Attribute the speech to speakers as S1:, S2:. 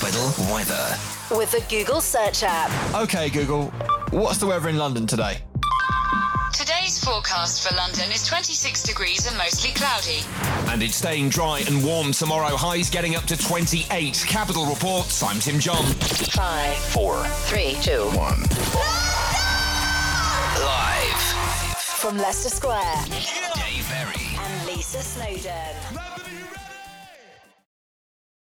S1: Twiddle weather.
S2: with the Google search app.
S3: Okay, Google, what's the weather in London today?
S4: Today's forecast for London is 26 degrees and mostly cloudy.
S1: And it's staying dry and warm tomorrow. Highs getting up to 28. Capital reports. I'm Tim John.
S2: Five, four, three, two, one.
S1: Live.
S2: From Leicester Square
S1: Dave Berry.
S2: and Lisa Snowden.
S5: Love you.